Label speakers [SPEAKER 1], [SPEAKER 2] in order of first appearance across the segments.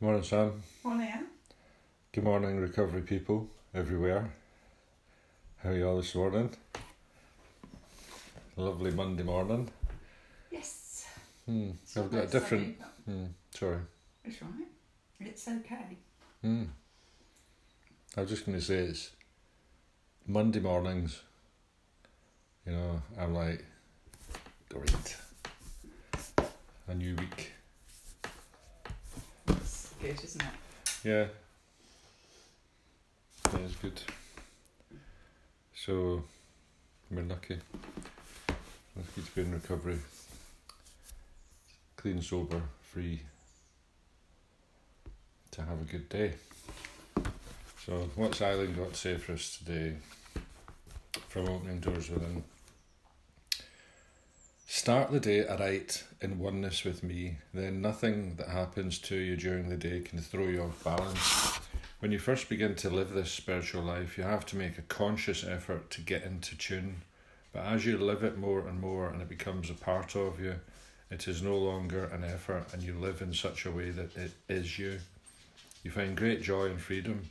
[SPEAKER 1] morning, Sam.
[SPEAKER 2] Morning, Anne.
[SPEAKER 1] Good morning, recovery people everywhere. How are you all this morning? Lovely Monday morning.
[SPEAKER 2] Yes.
[SPEAKER 1] Hmm.
[SPEAKER 2] It's
[SPEAKER 1] I've got a
[SPEAKER 2] almost
[SPEAKER 1] different.
[SPEAKER 2] sunny, but
[SPEAKER 1] Hmm, sorry.
[SPEAKER 2] It's right. It's okay.
[SPEAKER 1] Hmm. I was just going to say it's Monday mornings. You know, I'm like, great. A new week.
[SPEAKER 2] It's good, isn't it?
[SPEAKER 1] Yeah. That is good. So, we're lucky. Lucky to be in recovery. Clean, sober, free. To have a good day. So, what's Island got to say for us today? From opening doors within. Start the day aright in oneness with me, then nothing that happens to you during the day can throw you off balance. When you first begin to live this spiritual life, you have to make a conscious effort to get into tune. But as you live it more and more and it becomes a part of you, it is no longer an effort and you live in such a way that it is you. You find great joy and freedom.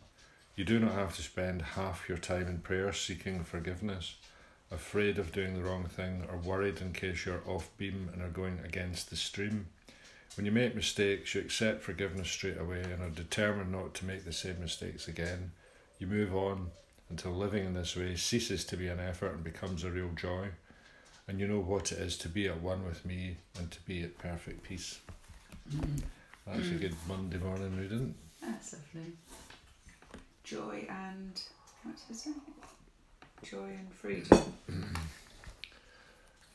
[SPEAKER 1] You do not have to spend half your time in prayer seeking forgiveness afraid of doing the wrong thing or worried in case you're off beam and are going against the stream. When you make mistakes, you accept forgiveness straight away and are determined not to make the same mistakes again. You move on until living in this way ceases to be an effort and becomes a real joy. And you know what it is to be at one with me and to be at perfect peace. That's a good Monday morning reading.
[SPEAKER 2] That's lovely. Joy and what's his name? Joy and freedom.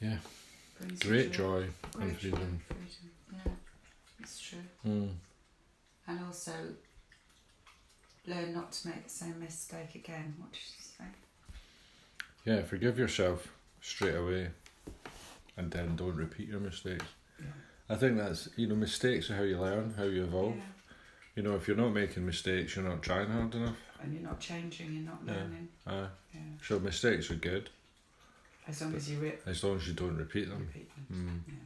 [SPEAKER 1] Yeah.
[SPEAKER 2] Brings you
[SPEAKER 1] Great joy and
[SPEAKER 2] Great joy
[SPEAKER 1] freedom.
[SPEAKER 2] freedom. Yeah, it's true.
[SPEAKER 1] Mm.
[SPEAKER 2] And also, learn not to make the same mistake again. What did she say?
[SPEAKER 1] Yeah, forgive yourself straight away and then don't repeat your mistakes.
[SPEAKER 2] Yeah.
[SPEAKER 1] I think that's, you know, mistakes are how you learn, how you evolve.
[SPEAKER 2] Yeah.
[SPEAKER 1] You know, if you're not making mistakes, you're not trying hard enough.
[SPEAKER 2] And you're not changing, you're not
[SPEAKER 1] Yeah.
[SPEAKER 2] learning.
[SPEAKER 1] Uh,
[SPEAKER 2] Yeah.
[SPEAKER 1] so mistakes are good
[SPEAKER 2] As long as you re-
[SPEAKER 1] as long as you don't repeat them.
[SPEAKER 2] repeat them.
[SPEAKER 1] Mm.
[SPEAKER 2] Yeah.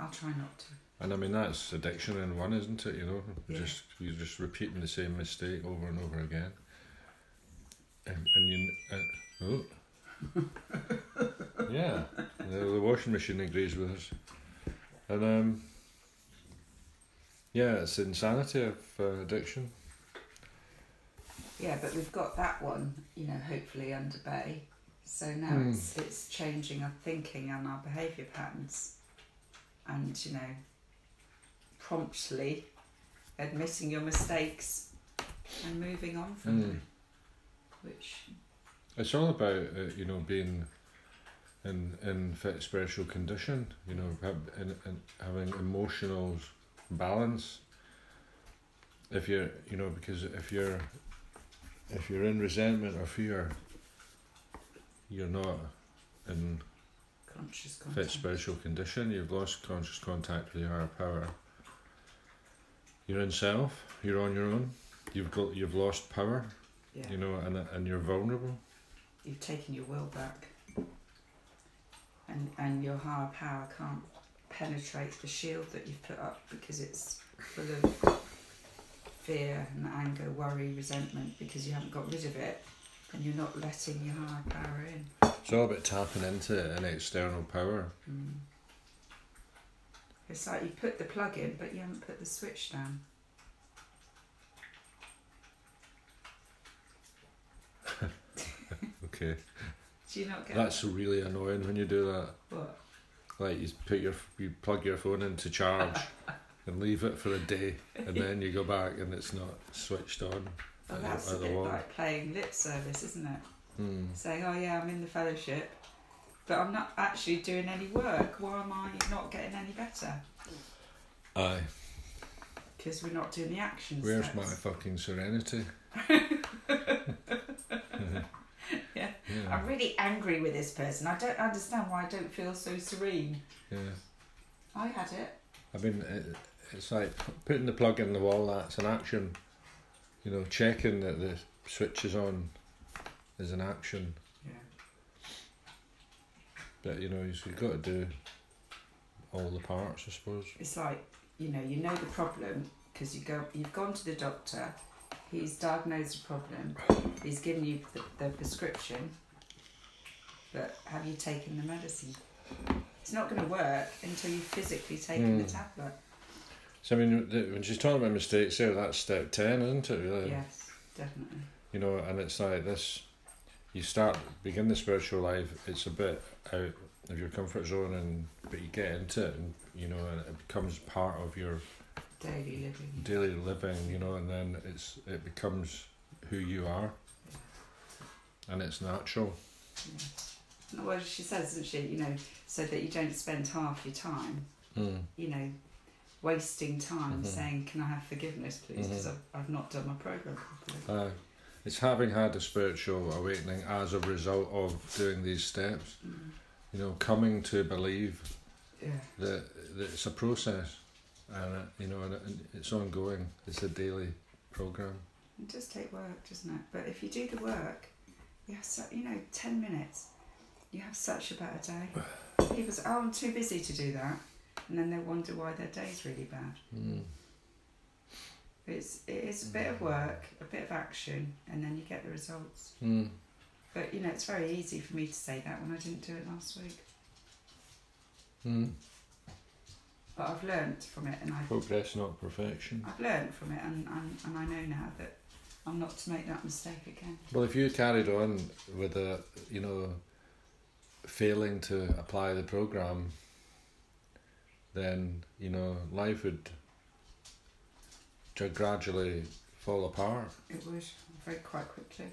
[SPEAKER 2] I'll try not to.
[SPEAKER 1] And I mean, that's addiction in one, isn't it? You know,
[SPEAKER 2] Yeah.
[SPEAKER 1] just you're just repeating the same mistake over and over again. And, and you, uh, oh. yeah, the, the washing machine agrees with us. And um, yeah, it's insanity of uh, addiction.
[SPEAKER 2] Yeah, but we've got that one, you know, hopefully under bay. So now
[SPEAKER 1] Hmm.
[SPEAKER 2] it's it's changing our thinking and our behaviour patterns, and you know, promptly admitting your mistakes and moving on from
[SPEAKER 1] Hmm.
[SPEAKER 2] them. Which
[SPEAKER 1] It's all about uh, you know being in in fit spiritual condition. You know, have, in, in, having emotional balance. If you're you know because if you're if you're in resentment or fear, you're not in
[SPEAKER 2] conscious
[SPEAKER 1] fit
[SPEAKER 2] contact.
[SPEAKER 1] spiritual condition. You've lost conscious contact with your higher power. You're in self. You're on your own. You've got you've lost power.
[SPEAKER 2] Yeah,
[SPEAKER 1] You know, and and you're vulnerable.
[SPEAKER 2] you've taken your will back, and and your higher power can't penetrate the shield that you've put up because it's full of fear and anger, worry, resentment because you haven't got rid of it and you're not letting your higher power in.
[SPEAKER 1] It's all about tapping into an external power.
[SPEAKER 2] Mm. It's like you put the plug in, but you haven't put the switch down.
[SPEAKER 1] Okay,
[SPEAKER 2] Do you not get
[SPEAKER 1] that's really annoying when you do that.
[SPEAKER 2] what?
[SPEAKER 1] Like you put your you plug your phone into charge and leave it for a day, and then you go back and it's not switched on.
[SPEAKER 2] Well,
[SPEAKER 1] at the-
[SPEAKER 2] that's a
[SPEAKER 1] at the
[SPEAKER 2] bit
[SPEAKER 1] wall.
[SPEAKER 2] like playing lip service, isn't it?
[SPEAKER 1] Hmm.
[SPEAKER 2] Saying, "Oh yeah, I'm in the fellowship, but I'm not actually doing any work. Why am I not getting any better?
[SPEAKER 1] Aye,
[SPEAKER 2] Because we're not doing the actions."
[SPEAKER 1] where's my fucking serenity?
[SPEAKER 2] Yeah.
[SPEAKER 1] yeah,
[SPEAKER 2] I'm really angry with this person. I don't understand why I don't feel so serene.
[SPEAKER 1] yeah.
[SPEAKER 2] I had it.
[SPEAKER 1] I mean, it, it's like p- putting the plug in the wall. That's an action. You know, checking that the switch is on is an action.
[SPEAKER 2] Yeah.
[SPEAKER 1] But you know, you've got to do all the parts, I suppose.
[SPEAKER 2] It's like, you know, you know the problem, because you go, you've gone to the doctor, he's diagnosed a problem, he's given you the, the prescription, but have you taken the medicine? It's not going to work until you've physically taken the
[SPEAKER 1] Mm.
[SPEAKER 2] tablet.
[SPEAKER 1] So I mean, the, when she's talking about mistakes there, that's step ten, isn't it? Really?
[SPEAKER 2] Yes, definitely.
[SPEAKER 1] You know, and it's like this: you start begin the spiritual life. It's a bit out of your comfort zone, and but you get into it, and you know, and it becomes part of your
[SPEAKER 2] Daily living.
[SPEAKER 1] daily living. You know, and then it's it becomes who you are, and it's natural.
[SPEAKER 2] Yeah. Well, she says, doesn't she? You know, so that you don't spend half your time,
[SPEAKER 1] Mm.
[SPEAKER 2] you know, wasting time
[SPEAKER 1] Mhm.
[SPEAKER 2] saying, "Can I have forgiveness, please?" Because
[SPEAKER 1] Mhm.
[SPEAKER 2] I've, I've not done my program properly.
[SPEAKER 1] Uh, it's having had a spiritual awakening as a result of doing these steps.
[SPEAKER 2] Mm.
[SPEAKER 1] You know, coming to believe
[SPEAKER 2] Yeah.
[SPEAKER 1] that, that it's a process, and it, you know, and it, it's ongoing. It's a daily program.
[SPEAKER 2] It does take work, doesn't it? But if you do the work, you have so you know, ten minutes, you have such a better day. People say, "Oh, I'm too busy to do that," and then they wonder why their day's really bad.
[SPEAKER 1] Mm.
[SPEAKER 2] It's it is a bit of work, a bit of action, and then you get the results.
[SPEAKER 1] Mm.
[SPEAKER 2] But you know, it's very easy for me to say that when I didn't do it last week.
[SPEAKER 1] Mm.
[SPEAKER 2] But I've learnt from it, and I've
[SPEAKER 1] Progress, not perfection.
[SPEAKER 2] I've learnt from it, and, and and I know now that I'm not to make that mistake again.
[SPEAKER 1] Well, if you carried on with the, you know, failing to apply the program, then you know life would ju- gradually fall apart.
[SPEAKER 2] It would very quite quickly.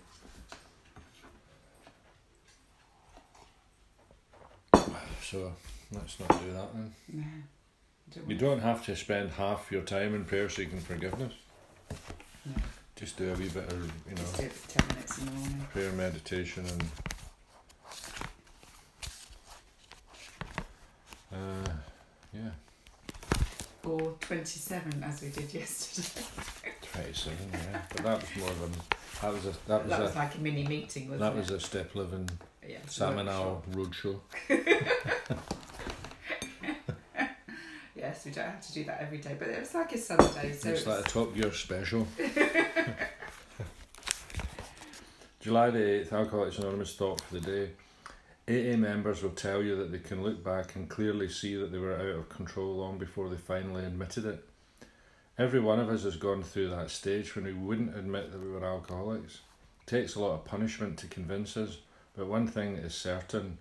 [SPEAKER 1] So let's not do that then.
[SPEAKER 2] No, I
[SPEAKER 1] You
[SPEAKER 2] want
[SPEAKER 1] don't have to spend half your time in prayer seeking forgiveness.
[SPEAKER 2] No.
[SPEAKER 1] Just do a wee bit of, you
[SPEAKER 2] to
[SPEAKER 1] know,
[SPEAKER 2] do it for ten minutes in the morning.
[SPEAKER 1] prayer meditation and uh, yeah,
[SPEAKER 2] Or twenty-seven, as we did yesterday.
[SPEAKER 1] twenty-seven. Yeah, but that was more than that was a that was
[SPEAKER 2] That was
[SPEAKER 1] a
[SPEAKER 2] like a mini meeting, wasn't
[SPEAKER 1] that
[SPEAKER 2] it?
[SPEAKER 1] was a step living
[SPEAKER 2] yeah, it was a
[SPEAKER 1] seminal
[SPEAKER 2] workshop.
[SPEAKER 1] roadshow.
[SPEAKER 2] Yes, we don't have to do that every day, but it was like a Sunday, so
[SPEAKER 1] It's
[SPEAKER 2] it was,
[SPEAKER 1] like a Top Gear special. July the 8th, Alcoholics Anonymous thought for the day. AA members will tell you that they can look back and clearly see that they were out of control long before they finally admitted it. Every one of us has gone through that stage when we wouldn't admit that we were alcoholics. It takes a lot of punishment to convince us, but one thing is certain.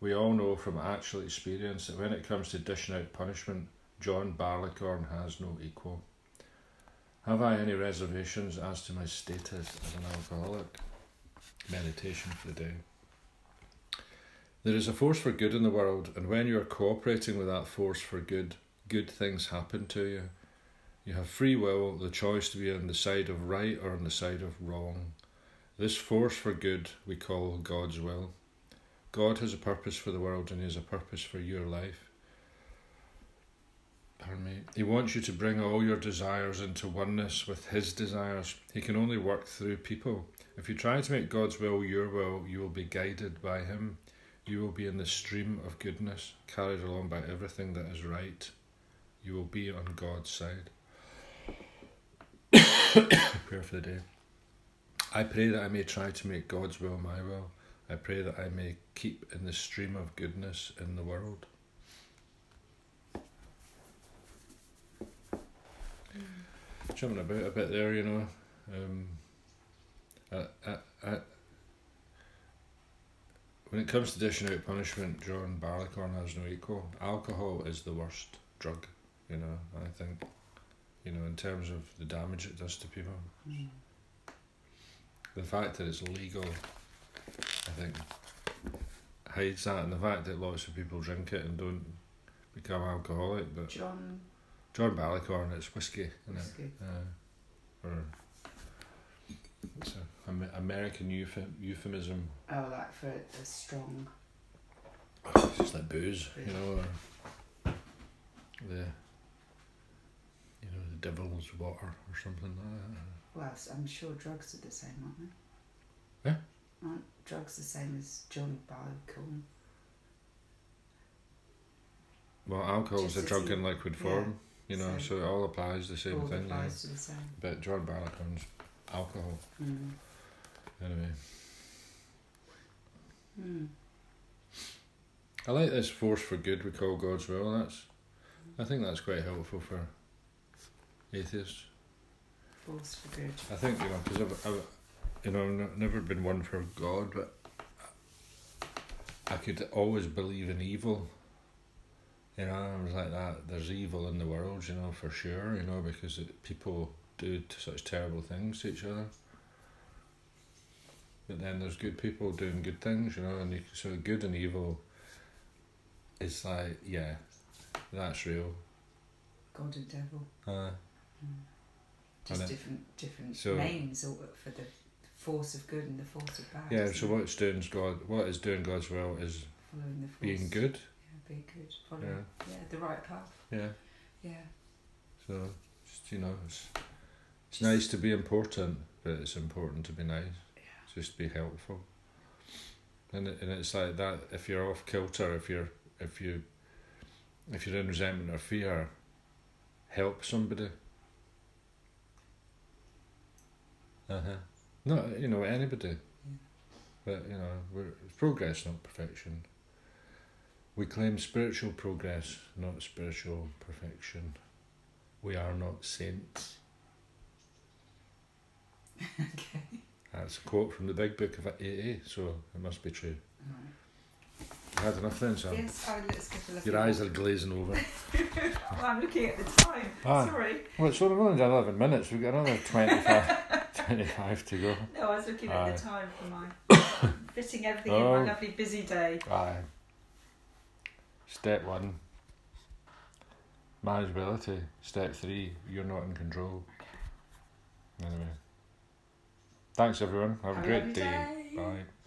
[SPEAKER 1] We all know from actual experience that when it comes to dishing out punishment, John Barleycorn has no equal. Have I any reservations as to my status as an alcoholic? Meditation for the day. There is a force for good in the world, and when you are cooperating with that force for good, good things happen to you. You have free will, the choice to be on the side of right or on the side of wrong. This force for good we call God's will. God has a purpose for the world, and He has a purpose for your life. Pardon me. He wants you to bring all your desires into oneness with His desires. He can only work through people. If you try to make God's will your will, you will be guided by Him. You will be in the stream of goodness, carried along by everything that is right. You will be on God's side. Prayer for the day. I pray that I may try to make God's will my will. I pray that I may keep in the stream of goodness in the world. jumping about a bit there, you know. Um, I, I, I, when it comes to dishing out punishment, John Barleycorn has no equal. Alcohol is the worst drug, you know. I think, you know, in terms of the damage it does to people,
[SPEAKER 2] Mm.
[SPEAKER 1] the fact that it's legal, I think, hides that, and the fact that lots of people drink it and don't become alcoholic. But
[SPEAKER 2] John.
[SPEAKER 1] John Barleycorn, it's whiskey, isn't it?
[SPEAKER 2] was good.
[SPEAKER 1] uh, or it's a, Am- American euph- euphemism.
[SPEAKER 2] Oh, like for a strong.
[SPEAKER 1] It's just like booze, you know, or the you know the devil's water or something like that.
[SPEAKER 2] Well, s- I'm sure drugs are the same, aren't they?
[SPEAKER 1] Yeah.
[SPEAKER 2] Aren't drugs the same as John Barleycorn?
[SPEAKER 1] Well, alcohol's a
[SPEAKER 2] Just
[SPEAKER 1] drug
[SPEAKER 2] as you-
[SPEAKER 1] in liquid
[SPEAKER 2] yeah.
[SPEAKER 1] form. You know, so,
[SPEAKER 2] So-
[SPEAKER 1] it all applies the same
[SPEAKER 2] all
[SPEAKER 1] thing. yeah.
[SPEAKER 2] applies to the same.
[SPEAKER 1] But John Barlacon's alcohol.
[SPEAKER 2] Mm.
[SPEAKER 1] Anyway,
[SPEAKER 2] Mm.
[SPEAKER 1] I like this force for good we call God's will. That's, I think that's quite helpful for atheists.
[SPEAKER 2] Force for good.
[SPEAKER 1] I think you know because I've, I've you know I've n- never been one for God, but I could always believe in evil. You know, I was like that. There's evil in the world, you know, for sure. You know, because it, people do t- such terrible things to each other. But then there's good people doing good things, you know, and you, so good and evil. It's like yeah, that's real.
[SPEAKER 2] God and devil. Hmm.
[SPEAKER 1] Uh,
[SPEAKER 2] Just
[SPEAKER 1] know.
[SPEAKER 2] different different
[SPEAKER 1] So-
[SPEAKER 2] names or for the force of good and the force of bad.
[SPEAKER 1] yeah.
[SPEAKER 2] isn't
[SPEAKER 1] So
[SPEAKER 2] it?
[SPEAKER 1] what it's doing is God. What is doing God's will is
[SPEAKER 2] Following the force.
[SPEAKER 1] being good.
[SPEAKER 2] Yeah, being good. Following.
[SPEAKER 1] Yeah.
[SPEAKER 2] Yeah. the right path.
[SPEAKER 1] Yeah.
[SPEAKER 2] Yeah.
[SPEAKER 1] So, just, you know, it's, it's
[SPEAKER 2] Just-
[SPEAKER 1] nice to be important, but it's important to be nice. Just be helpful. And it, and it's like that. If you're off kilter, if you're if you if you're in resentment or fear, help somebody. Uh huh. Not you know anybody,
[SPEAKER 2] Yeah.
[SPEAKER 1] but you know we're, it's progress, not perfection. We claim spiritual progress, not spiritual perfection. We are not saints.
[SPEAKER 2] okay.
[SPEAKER 1] That's a quote from the Big Book of AA, so it must be true.
[SPEAKER 2] Right.
[SPEAKER 1] You had enough then, Sam.
[SPEAKER 2] Yes. Oh, let's get a look.
[SPEAKER 1] Your
[SPEAKER 2] at
[SPEAKER 1] eyes
[SPEAKER 2] what-
[SPEAKER 1] are glazing over.
[SPEAKER 2] well, I'm looking at the time.
[SPEAKER 1] Ah.
[SPEAKER 2] Sorry.
[SPEAKER 1] well, it's only only 11 minutes. We've got another 25, 25 to go.
[SPEAKER 2] No, I was looking at
[SPEAKER 1] Aye.
[SPEAKER 2] the time for my fitting everything
[SPEAKER 1] Oh.
[SPEAKER 2] in my lovely busy day.
[SPEAKER 1] Aye. Step one manageability. Step three you're not in control. Anyway. Thanks, everyone. Have a
[SPEAKER 2] Have a
[SPEAKER 1] great
[SPEAKER 2] lovely
[SPEAKER 1] day.
[SPEAKER 2] day.
[SPEAKER 1] Bye.